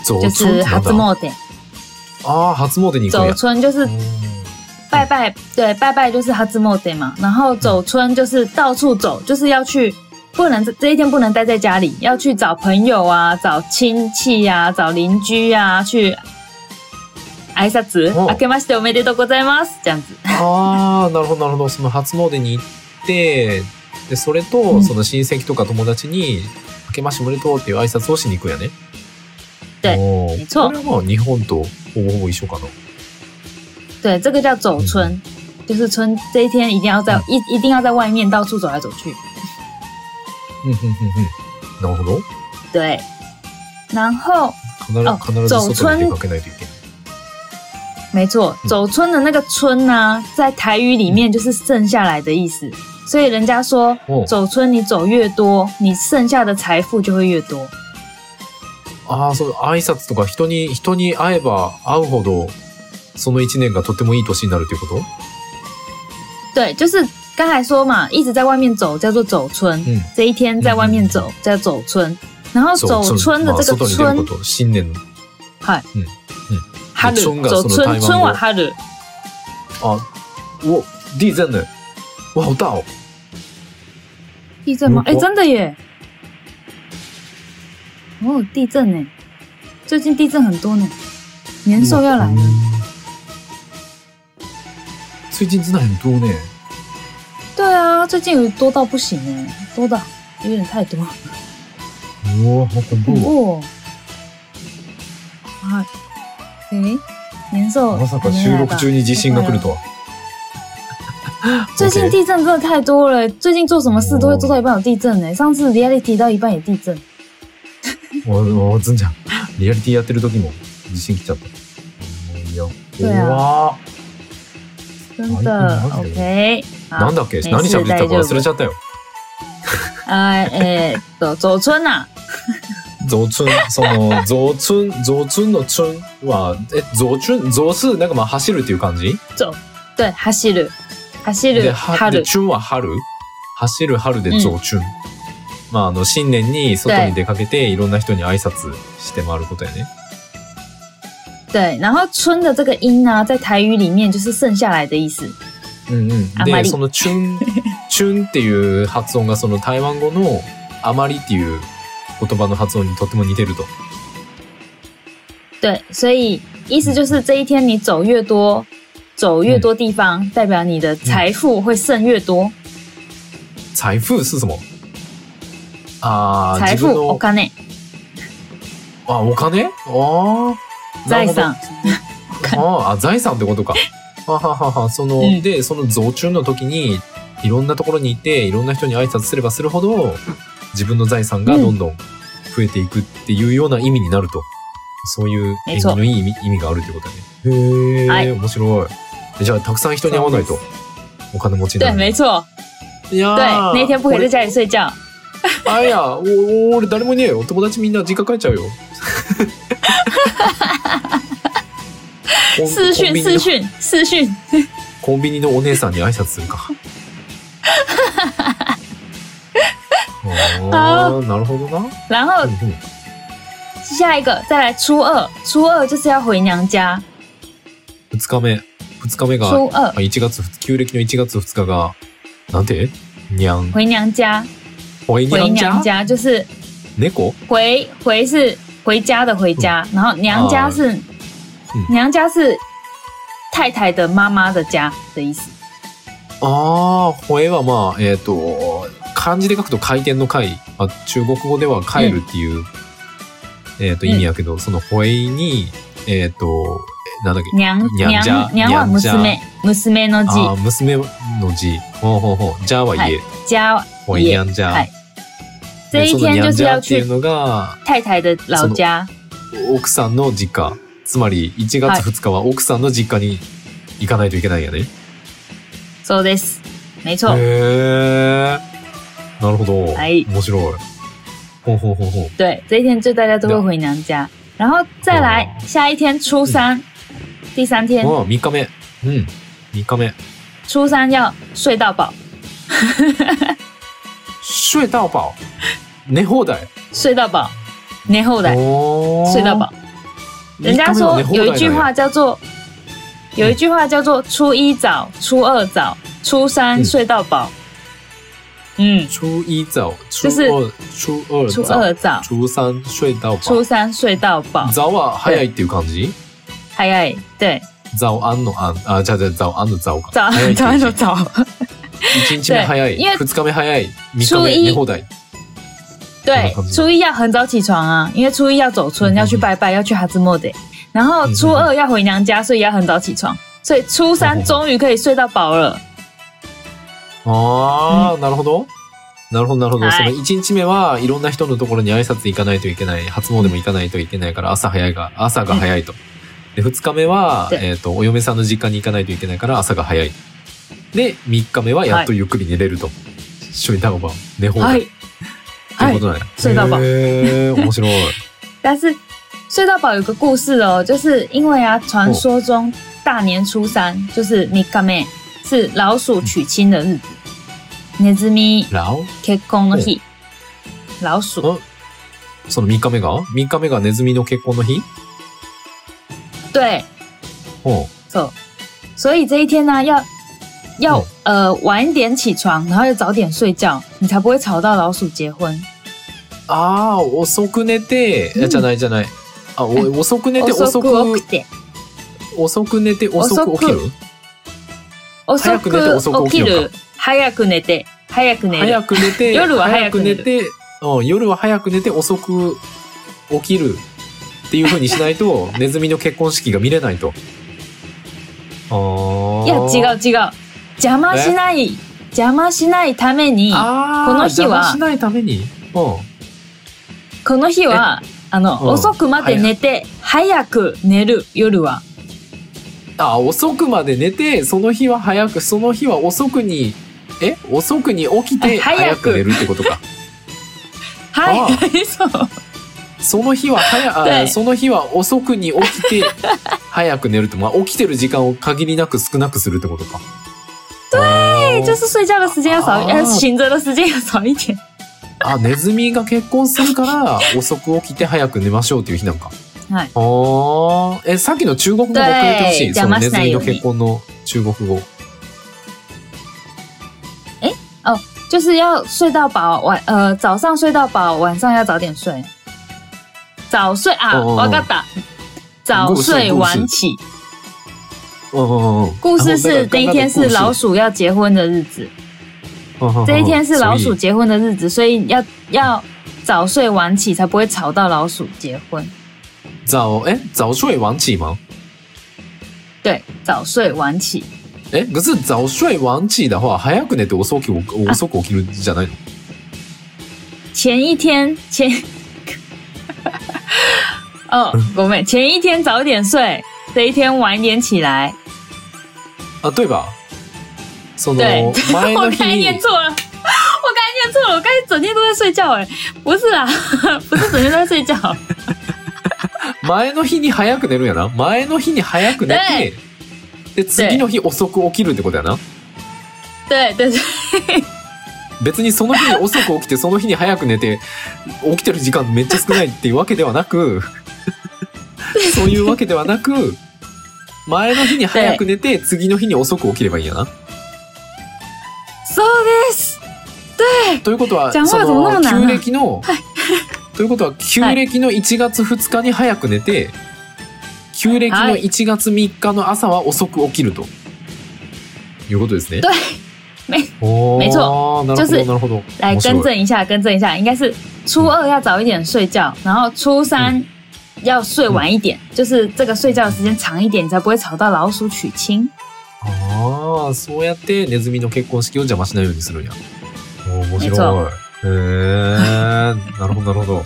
Speaker 1: そう
Speaker 2: 就
Speaker 1: そうなん
Speaker 2: 是初
Speaker 1: だ
Speaker 2: 詣。
Speaker 1: ああ、初詣に行くん
Speaker 2: 走
Speaker 1: や。
Speaker 2: 春就是
Speaker 1: う
Speaker 2: 拜拜、对，拜拜就是哈兹莫德嘛。然后走村就是到处走，就是要去，不能这一天不能待在家里，要去找朋友啊，找亲戚啊，找邻居啊，去挨拶子。
Speaker 1: 哦
Speaker 2: 啊明けましておめでとうございます。这样子。
Speaker 1: んああ、なるほど、なるほど。その初詣に行って、で、それ
Speaker 2: う
Speaker 1: と、
Speaker 2: ん
Speaker 1: その親戚とか友達に、明けましておめでとうっていう挨拶をしに行くんやね。
Speaker 2: 对
Speaker 1: おー
Speaker 2: 没错
Speaker 1: これはまあ日本とほぼほぼ一緒かな。
Speaker 2: 对，这个叫走村，就是村这一天一定要在一一定要在外面到处走来走去。
Speaker 1: うんうんうんうん。なるほど。
Speaker 2: 对，然后
Speaker 1: 必ず
Speaker 2: あ
Speaker 1: 必ず外に出かけないといけない。
Speaker 2: 没错，
Speaker 1: 嗯
Speaker 2: 走村的那个村呢、在台语里面就是剩下来的意思，所以人家说
Speaker 1: 哦
Speaker 2: 走村你走越多，你剩下的财富就会越多。
Speaker 1: ああ、そう、挨拶とか人に、人に会えば会うほど、その一年がとってもいい年になるということ
Speaker 2: 对，就是刚才说嘛，一直在外面走叫做走村，
Speaker 1: 嗯
Speaker 2: 这一天在外面走叫走村，然后嗯走村的哦
Speaker 1: まあ、
Speaker 2: 这个
Speaker 1: 外に出るこ
Speaker 2: 村，
Speaker 1: と、新年の。
Speaker 2: 哈
Speaker 1: 走村
Speaker 2: 鲁
Speaker 1: が
Speaker 2: 走
Speaker 1: その台湾
Speaker 2: 嗯村啊
Speaker 1: 語
Speaker 2: 村瓦哈鲁，
Speaker 1: あ、お、地震ね。わ、おたお。
Speaker 2: 地震吗？
Speaker 1: 如
Speaker 2: 哎，
Speaker 1: 果
Speaker 2: 真的耶！哦，地震呢？最近地震很多呢。年兽要来了。
Speaker 1: 最近真的很多呢。
Speaker 2: 对啊，最近有多到不行哎，多到有点太多，
Speaker 1: 哇，好恐
Speaker 2: 恐
Speaker 1: 怖！
Speaker 2: 怖、哦。啊，诶、年兽
Speaker 1: まさ
Speaker 2: 还
Speaker 1: か
Speaker 2: 没
Speaker 1: 収
Speaker 2: 来
Speaker 1: 録
Speaker 2: 吧
Speaker 1: 中に地震が来るとは。
Speaker 2: 最近
Speaker 1: OK
Speaker 2: 地震真的太多了，最近做什么事都会做到一半有地震呢。上次 reality 到一半也地震，
Speaker 1: 我我ずんちゃん、リアリティやってる時も地震来ちゃった。もういいよ。
Speaker 2: 对啊
Speaker 1: 怖っ
Speaker 2: 真的
Speaker 1: 哎。マジな
Speaker 2: OK，好
Speaker 1: ん，だっけ
Speaker 2: 没
Speaker 1: 何
Speaker 2: 事
Speaker 1: 喋ってたか忘れちゃったよ。
Speaker 2: 呃，诶、走走村啊呐、
Speaker 1: ゾウチュン、 その、ゾウチュン、ゾウチュンのチュンは、え、ゾウチュン、ゾウス、なんかまあ走るっていう感じ
Speaker 2: 对，走る、走
Speaker 1: で、
Speaker 2: る、
Speaker 1: はで、
Speaker 2: 春。
Speaker 1: チュンは春走る春でゾウチュン。まあ、あの、新年に外に出かけて、いろんな人に挨拶して回ることやね。
Speaker 2: 对，然后“春”的这个音呢，在台语里面就是剩下来的意思。
Speaker 1: うんうん。
Speaker 2: あま
Speaker 1: で、
Speaker 2: り
Speaker 1: そのチュン、 チュンっていう発音がその台湾語のあまりっていう言葉の発音にとても似てると。
Speaker 2: 对，所以意思就是这一天你走越多，走越多地方，代表你的财富会剩越多。
Speaker 1: 財布是什么あー、
Speaker 2: 财
Speaker 1: 自
Speaker 2: 富
Speaker 1: 分
Speaker 2: お
Speaker 1: の、
Speaker 2: 金
Speaker 1: あ、お金ああ。
Speaker 2: 財産。
Speaker 1: ああ、財産ってことか。はははは、その、
Speaker 2: うん
Speaker 1: で、その増中の時に、いろんなところにいて、いろんな人に挨拶すればするほど、自分の財産がどんどん増えていくっていうような意味になると。そういう縁起のいい意味意味があるってことだね。へえ、
Speaker 2: はい
Speaker 1: 面白い。えじゃあ、たくさん人に会わないと、お金持ちにな
Speaker 2: 对，
Speaker 1: る。
Speaker 2: 没错，
Speaker 1: いや
Speaker 2: 对，
Speaker 1: ー
Speaker 2: 那一天不可以在家里睡觉。
Speaker 1: 俺あいや、おお俺誰もいねえよ。友達みんな実家帰っちゃ うよ。コン
Speaker 2: 视
Speaker 1: コン
Speaker 2: 讯，
Speaker 1: ビニの
Speaker 2: 视讯，视讯。
Speaker 1: コンビニのお姉さんに挨拶する か。ああ、なるほどな。
Speaker 2: 然后
Speaker 1: うんうん
Speaker 2: 下一个再来初二，初二就是要回娘家。
Speaker 1: 二日目、二日目が、
Speaker 2: 初二
Speaker 1: あ一月二日、旧暦の1月2日が、なんてにゃん。
Speaker 2: 回娘家，
Speaker 1: おいにゃ
Speaker 2: 回
Speaker 1: ん
Speaker 2: 娘
Speaker 1: じゃ
Speaker 2: 家就是
Speaker 1: 猫
Speaker 2: 回回是回家的回家，然后娘家是、
Speaker 1: 嗯
Speaker 2: 娘家是太太的妈妈的家的意思。
Speaker 1: ああ、ほえはまあ、えっ、と、漢字で書くと回転の回、あ中国語では帰るっていう、えっ、と、
Speaker 2: うん
Speaker 1: 意味やけど、そのほえに、えっ、と、えなんだっけ、
Speaker 2: 娘
Speaker 1: 娘家
Speaker 2: 娘娘は
Speaker 1: 娘家
Speaker 2: 娘娘の
Speaker 1: ああ
Speaker 2: 字
Speaker 1: ー、娘の字。ほうほうほう。じゃあは
Speaker 2: は
Speaker 1: 家。
Speaker 2: 家
Speaker 1: ほいにゃんじゃ。
Speaker 2: はい这
Speaker 1: で
Speaker 2: 一
Speaker 1: その
Speaker 2: 天
Speaker 1: にゃ
Speaker 2: 就
Speaker 1: ん
Speaker 2: 是
Speaker 1: じゃ
Speaker 2: 要
Speaker 1: ってい
Speaker 2: 去
Speaker 1: うのが、
Speaker 2: 太太的老家。
Speaker 1: 奥さんの実家。つまり、1
Speaker 2: はい
Speaker 1: 月2日は奥さんの実家に行かないといけないんやね。
Speaker 2: そうです。没错。
Speaker 1: へえ。なるほど。
Speaker 2: はい
Speaker 1: 面白い。ほうほうほうほう。
Speaker 2: 对，这一天就大家都会回娘家，然后再来
Speaker 1: 哦
Speaker 2: 下一天初三，第三天
Speaker 1: ああ、3日目。うん。3日目。
Speaker 2: 初三要睡到饱，
Speaker 1: 睡到饱。寝放題。
Speaker 2: 睡到饱，年后来
Speaker 1: おー
Speaker 2: 睡到饱。人家说有一句话叫做，有一句话叫做“初一早，初二早，初三
Speaker 1: 嗯
Speaker 2: 睡到饱”。嗯，
Speaker 1: 初一早、初
Speaker 2: 就是
Speaker 1: 二、初二
Speaker 2: 初
Speaker 1: 早、
Speaker 2: 二早，
Speaker 1: 初三睡到
Speaker 2: 初
Speaker 1: 饱。
Speaker 2: 三睡到饱。
Speaker 1: 早は早いっていう感じ
Speaker 2: 哎哎，对，
Speaker 1: 早安の安、あ、じゃじゃ早安の早か。
Speaker 2: 早
Speaker 1: 早いって
Speaker 2: 早
Speaker 1: いう
Speaker 2: 就
Speaker 1: 字
Speaker 2: 早。
Speaker 1: 一日目早い、
Speaker 2: 因为
Speaker 1: 二日目早い、
Speaker 2: 初
Speaker 1: 三日目
Speaker 2: 一
Speaker 1: 寝放題。
Speaker 2: 对，初一要很早起床啊，因为初一要走村，
Speaker 1: 嗯
Speaker 2: 要去拜拜，要去哈兹莫德。然后初二要回娘家，所以要很早起床。所以初三
Speaker 1: 嗯
Speaker 2: 终于可以睡到饱了。
Speaker 1: あー、なるほど。なるほど、なるほど。
Speaker 2: はい
Speaker 1: その一日目はいろんな人のところに挨拶行かないといけない、初詣も行かないといけないから朝早いが、朝が早いと。で、二日目は、
Speaker 2: で
Speaker 1: えっ、と、お嫁さんの実家に行かないといけないから朝が早い。で、三日目はやっとゆっくり寝れると。睡到饱、寝放
Speaker 2: 嗨
Speaker 1: 題。っていうことなんや。
Speaker 2: 睡到饱
Speaker 1: へー面 白い。
Speaker 2: 哎但是睡到饱有个故事哦，就是因为啊，传说中
Speaker 1: 哦
Speaker 2: 大年初三就是米卡梅是老鼠娶亲的日子，ネズミ
Speaker 1: ラオ
Speaker 2: 結婚の
Speaker 1: 哦
Speaker 2: 日，老鼠
Speaker 1: その3日目が ?3 日目がネズミの結婚の日
Speaker 2: 对，
Speaker 1: ほ
Speaker 2: 走，所以这一天呢，要要、呃晚一点起床，然后要早点睡觉，你才不会吵到老鼠结婚。
Speaker 1: う。ああ、遅く寝て、
Speaker 2: うん
Speaker 1: じゃないじゃない。あ、お遅く寝て
Speaker 2: 遅
Speaker 1: 遅
Speaker 2: く
Speaker 1: く
Speaker 2: 起きて。
Speaker 1: 遅く寝て遅く起きる。
Speaker 2: 遅
Speaker 1: く寝て遅
Speaker 2: く
Speaker 1: く
Speaker 2: 起
Speaker 1: 起
Speaker 2: き
Speaker 1: きる
Speaker 2: る。早く寝て。早く寝る。
Speaker 1: 早く寝て
Speaker 2: 夜は早く寝る
Speaker 1: 早て、うん、夜は早く寝て遅く起きるっていう風にしない とネズミの結婚式が見れないと。あ
Speaker 2: いや、違
Speaker 1: う。
Speaker 2: う違う。邪魔しない。邪魔しないために、
Speaker 1: あー
Speaker 2: この日は
Speaker 1: 邪魔しないために。う
Speaker 2: この日は、あの、
Speaker 1: うん
Speaker 2: 遅くまで寝て、早く寝る。夜
Speaker 1: ん。
Speaker 2: は。
Speaker 1: あ、遅くまで寝て、その日は早く、その日は遅くに、え遅くに起きて
Speaker 2: あ早
Speaker 1: 早
Speaker 2: く
Speaker 1: く寝るってことか。
Speaker 2: はい。 そう。
Speaker 1: その日は早
Speaker 2: はい
Speaker 1: あ、その日は遅くに起きて早く寝るって、まあ、起きてる時間を限りなく少なくするってことか。
Speaker 2: 对，
Speaker 1: 对
Speaker 2: 就是睡觉的时间要少，
Speaker 1: 哦
Speaker 2: 呃，醒着的时间要少一点。
Speaker 1: あ、ネズミが結婚するから、遅く起きて早く寝ましょうっていう日なんか。
Speaker 2: はい。
Speaker 1: ああ。え、さっきの中国語もう一回言ってほし
Speaker 2: 对
Speaker 1: い。そのネ
Speaker 2: 邪魔し
Speaker 1: ズ
Speaker 2: ない
Speaker 1: ミ
Speaker 2: よ
Speaker 1: の
Speaker 2: うに
Speaker 1: 結婚の中国語。
Speaker 2: 就是要睡到饱，晚呃早上睡到饱，晚上要早点睡。早睡啊，
Speaker 1: 哦
Speaker 2: 我嘎达，早睡晚起。
Speaker 1: うんうんうん。
Speaker 2: 故事是那一天是老
Speaker 1: 鼠。
Speaker 2: 鼠要结婚的日子，这一天是老鼠结婚的日子，所以要要早睡晚起才不会吵到老鼠结婚。
Speaker 1: 早え早睡晚起吗？
Speaker 2: 对，早睡晚起。
Speaker 1: え、可是早睡晚起的话，早く寝て遅く起遅く起きるじゃないの？
Speaker 2: 前一天前， 哦，我们前一天早点睡，这一天晚点起来。
Speaker 1: あ、对吧？その
Speaker 2: 对，
Speaker 1: 前
Speaker 2: 我
Speaker 1: の
Speaker 2: 刚才
Speaker 1: 日
Speaker 2: 念错了，我刚才念错了，我刚才整天都在睡觉哎，不是啊， 不是整天都在睡觉，
Speaker 1: 前の日に早く寝るんやな。前の日に早く寝て、で、次の日遅く起きるってことやな。
Speaker 2: 对对对，
Speaker 1: 別にその日に遅く起きて、その日に早く寝て、起きてる時間めっちゃ少ないっていうわけではなく、そういうわけではなく、前の日に早く寝て、次の日に遅く起きればいいんやな。
Speaker 2: そうです。
Speaker 1: ということは、
Speaker 2: じゃあ
Speaker 1: そ
Speaker 2: まだそんなも
Speaker 1: の、
Speaker 2: んなん
Speaker 1: 旧暦の、ということは、旧暦の1月2日に早く寝て、旧暦の1月3日の朝は遅く起きると。いうことですね。
Speaker 2: 对，没
Speaker 1: おー
Speaker 2: 没错
Speaker 1: なる
Speaker 2: 就
Speaker 1: ほ
Speaker 2: 是
Speaker 1: ど、なるほど。
Speaker 2: 来
Speaker 1: 面白い
Speaker 2: 更正一下，更正一下，应该是初二要早一点睡觉，然后初三要睡晚一点，就是这个睡觉的时间长一点，你才不会吵到老鼠娶亲。
Speaker 1: ああ、そうやってネズミの結婚式を邪魔しないようにするんや。おー面
Speaker 2: 没错
Speaker 1: 白い。へえー、なるほど、なるほど。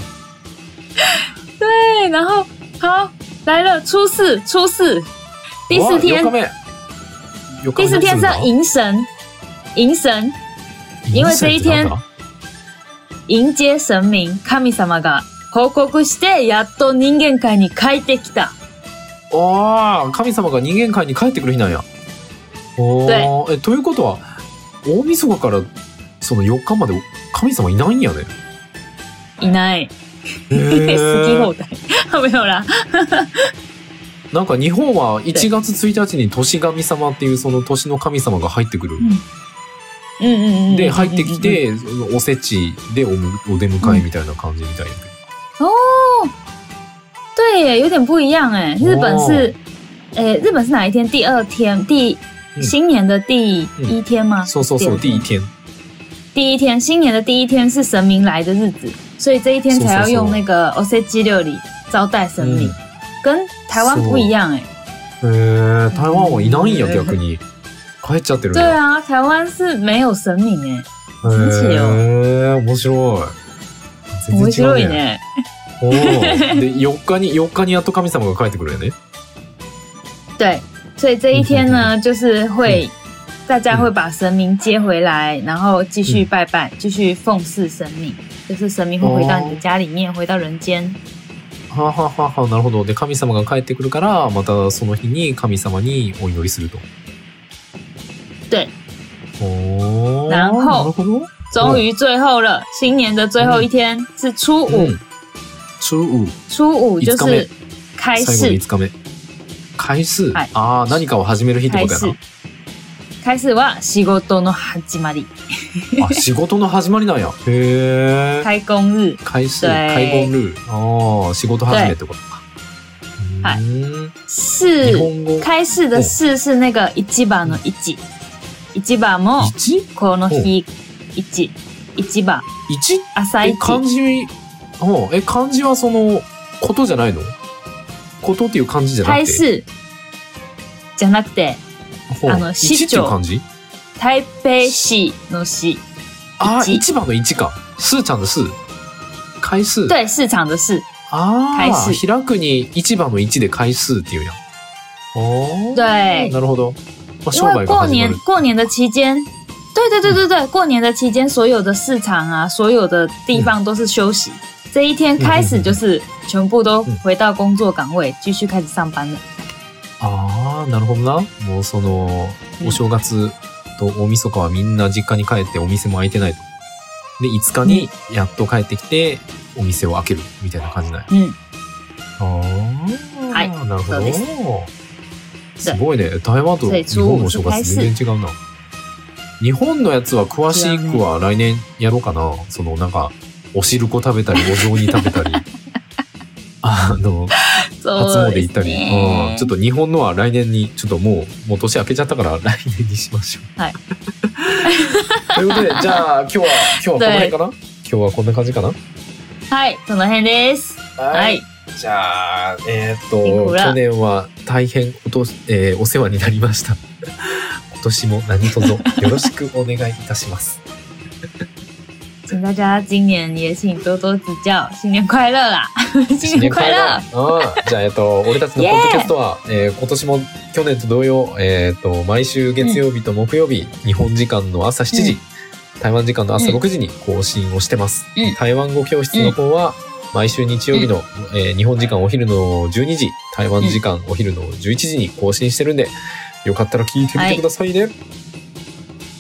Speaker 2: 对，然后好来了，初四，初四，第四天
Speaker 1: わあ。4日目。
Speaker 2: 第四天是要迎神，迎神因为这一天
Speaker 1: 4日目ってなんだ
Speaker 2: 迎接神明神様が報告してやっと人間界に帰ってきた。
Speaker 1: ああ、神様が人間界に帰ってくる日なんや。おーえ、ということは、大晦日からその4日まで神様いないんやね。
Speaker 2: いない。
Speaker 1: へ
Speaker 2: 好き放
Speaker 1: ー
Speaker 2: 題。没有啦。
Speaker 1: なんか日本は1月1日に年神様っていうその年の神様が入ってくる。
Speaker 2: うんうんうんうん。
Speaker 1: で、入ってき。て、そのおせちでおむお出迎えみたいな感じみたいや
Speaker 2: 哦，对耶，有点不一样哎。日本是，诶，日本是哪一天？第二天，第
Speaker 1: 嗯
Speaker 2: 新年的第一天吗？
Speaker 1: けど。そうそうそう、第一天。
Speaker 2: 第一天，新年的第一天是神明来的日子，所以这一天才要用那个 o c g 料理招待神明，
Speaker 1: 嗯
Speaker 2: 跟台湾不一样哎、
Speaker 1: へー台湾はいないんや、逆に。帰っちゃってるん
Speaker 2: 对
Speaker 1: や。
Speaker 2: 啊，台湾是没有神明哎、
Speaker 1: へ
Speaker 2: 神奇よ
Speaker 1: ー面白い。
Speaker 2: 面白い
Speaker 1: ね
Speaker 2: ね。
Speaker 1: おーで4日に4日にやっと神様が帰ってくるよね。
Speaker 2: 对，所以这一天呢，就是会大家会把神明接回来，然后继续拜拜，继续奉祀神明，就是神明会回到你的家里面，回到人间。
Speaker 1: はあ、はあはあはあ、なるほど。で神様が帰ってくるからまたその日に神様にお祈りすると。
Speaker 2: 对，
Speaker 1: おー
Speaker 2: 然後
Speaker 1: なるほど。
Speaker 2: 终于最后了，新年的最后一天是初
Speaker 1: う
Speaker 2: 五。
Speaker 1: ん。中午
Speaker 2: 初五就是开
Speaker 1: 最後の
Speaker 2: 始，
Speaker 1: 5日目。開始、
Speaker 2: はい
Speaker 1: ああ何かを始める日ってことや
Speaker 2: 開开始は仕事の始まり，
Speaker 1: な。あ仕事の始まり なんや。へえ。
Speaker 2: 开工日。
Speaker 1: 開始
Speaker 2: 对
Speaker 1: 開本ルール。ああ仕事始めってことか。
Speaker 2: はい
Speaker 1: うん日
Speaker 2: 市
Speaker 1: 本語
Speaker 2: 開市的市是那个市場の市。市場も
Speaker 1: 一
Speaker 2: この日市市場
Speaker 1: 一っ
Speaker 2: 朝
Speaker 1: え
Speaker 2: 市。
Speaker 1: 漢字うんえ漢字はそのことじゃないのことっていう漢字じゃな
Speaker 2: 開
Speaker 1: くて
Speaker 2: 市じゃなくて
Speaker 1: うん
Speaker 2: あの
Speaker 1: 一っていう漢字
Speaker 2: 台北市の市。
Speaker 1: あ
Speaker 2: 一
Speaker 1: 一番の一か市場の市回数
Speaker 2: 对，市場的市。
Speaker 1: あ
Speaker 2: 回
Speaker 1: あ
Speaker 2: 数
Speaker 1: 開くに一番の一で回数っていうやんおー
Speaker 2: 对
Speaker 1: なるほど、まあ、
Speaker 2: 因
Speaker 1: 商
Speaker 2: 为
Speaker 1: 売が
Speaker 2: 过
Speaker 1: 始ま
Speaker 2: 年
Speaker 1: る
Speaker 2: 过年的期间，对对对对对，过年的期间，所有的市场啊，所有的地方都是休息。这一天开始就是全部都回到工作岗位，继续开始上班了。
Speaker 1: ああなるほどなもうその
Speaker 2: うん
Speaker 1: お正月と大晦日はみんな実家に帰ってお店も開いてないとで5日にやっと帰ってきてお店を開けるみたいな感じなんや
Speaker 2: 嗯，
Speaker 1: ああ、
Speaker 2: はい
Speaker 1: なるほ
Speaker 2: そう
Speaker 1: ど
Speaker 2: です
Speaker 1: すごいね台湾と
Speaker 2: そうです
Speaker 1: 日本のお正月全然違うな日本のやつは詳しくは来年やろうかなそのなんかお汁粉食べたりお雑煮食べた りあの
Speaker 2: 嗯
Speaker 1: 初
Speaker 2: そう
Speaker 1: 詣
Speaker 2: で
Speaker 1: 行った
Speaker 2: す
Speaker 1: り、うん
Speaker 2: ね
Speaker 1: ちょっと日本のは来年にちょっともうもう年明けちゃったから来 年にしましょう。
Speaker 2: はい
Speaker 1: ということでじゃあ今日は今日はこの辺かな今日はこんな感じかな
Speaker 2: はい、その辺です。はい、
Speaker 1: じゃあえーっ
Speaker 2: ピン
Speaker 1: と
Speaker 2: クラ
Speaker 1: 去年は大変おと、えーお世話になりました 今年も何卒よろしくお願いいたします。
Speaker 2: 请大家今年也请多多指教，新年快乐啦！ 新年快乐！
Speaker 1: うんじゃあ、えっと、俺たちのポッドキャストは、えー今年も去年と同様、えーっと、毎週月曜日と木曜日、日本時間の朝7時、
Speaker 2: う
Speaker 1: 台湾時間の朝
Speaker 2: うん
Speaker 1: 6時に更新をしてます。
Speaker 2: うん
Speaker 1: 台湾語教室の方は、毎週日曜日の、えー日本時間お昼の12時、台湾時間お昼の11時に更新してるんで、よかったら聞いてみてくださいね。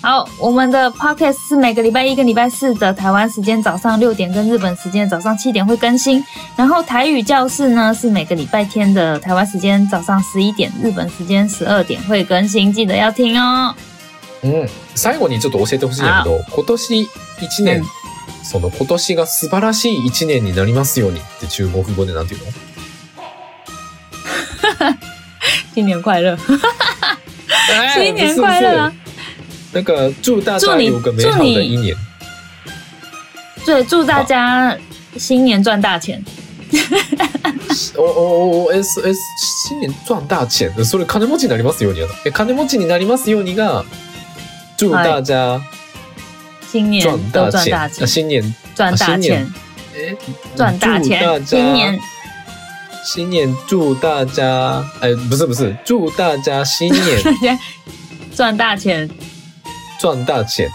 Speaker 2: 好，我们的 podcast 是每个礼拜一跟礼拜四的台湾时间早上六点跟日本时间早上七点会更新，然后台语教室呢是每个礼拜天的台湾时间早上十一点，日本时间十二点会更新，记得要听哦。
Speaker 1: うん、最後にちょっと教えてほしいんだけど、今年1年、
Speaker 2: うん
Speaker 1: その今年が素晴らしい1年になりますようにって中国語でなんて言うの
Speaker 2: 新年快乐！新年快乐啊！
Speaker 1: なんか、祝大家有个美好的一年。
Speaker 2: 对，祝大家新年赚大钱！
Speaker 1: おおお、S、S、新年赚大钱。それ金持ちになりますようにやな。え、金持ちになりますようにが、祝大家
Speaker 2: 新年
Speaker 1: 赚
Speaker 2: 都
Speaker 1: 大
Speaker 2: 赚
Speaker 1: 钱。
Speaker 2: 大
Speaker 1: あ
Speaker 2: 钱，
Speaker 1: 新年、
Speaker 2: 赚大
Speaker 1: 新年
Speaker 2: 钱，
Speaker 1: え
Speaker 2: 赚大钱！
Speaker 1: 祝
Speaker 2: 啊新年
Speaker 1: 新年祝大家，哎，不是不是，祝大家新
Speaker 2: 大
Speaker 1: 年
Speaker 2: 家 赚大钱，
Speaker 1: 赚大钱。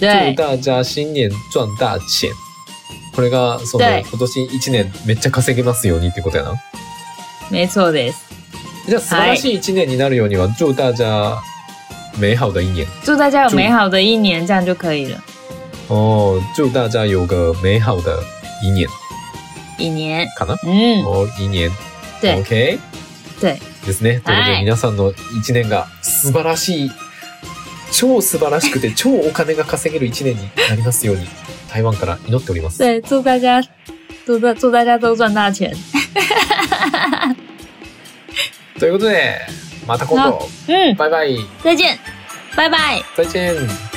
Speaker 2: 对
Speaker 1: 祝大家新年赚大钱。これがその
Speaker 2: 对
Speaker 1: 今年一年めっちゃ稼げますようにってことやな。
Speaker 2: 没错的。
Speaker 1: じゃあ素晴らしい一年になるようには祝大家美好的一年。
Speaker 2: 祝大家有
Speaker 1: 祝
Speaker 2: 美好的一年，这样就可以了。
Speaker 1: 哦，祝大家有个美好的一年
Speaker 2: 一年，
Speaker 1: かな？
Speaker 2: 嗯，
Speaker 1: 哦，一年。
Speaker 2: 对
Speaker 1: OK。
Speaker 2: 对，
Speaker 1: ですね。ということ
Speaker 2: は
Speaker 1: で
Speaker 2: い
Speaker 1: 皆さんの一年が素晴らしい、超素晴らしく て超お金が稼げる一年になりますように台湾から祈っております。
Speaker 2: 对，祝大家，祝大祝大家都赚大钱。
Speaker 1: ということでまた今度
Speaker 2: 嗯，
Speaker 1: バイバイ
Speaker 2: 再见，拜拜。
Speaker 1: 再见。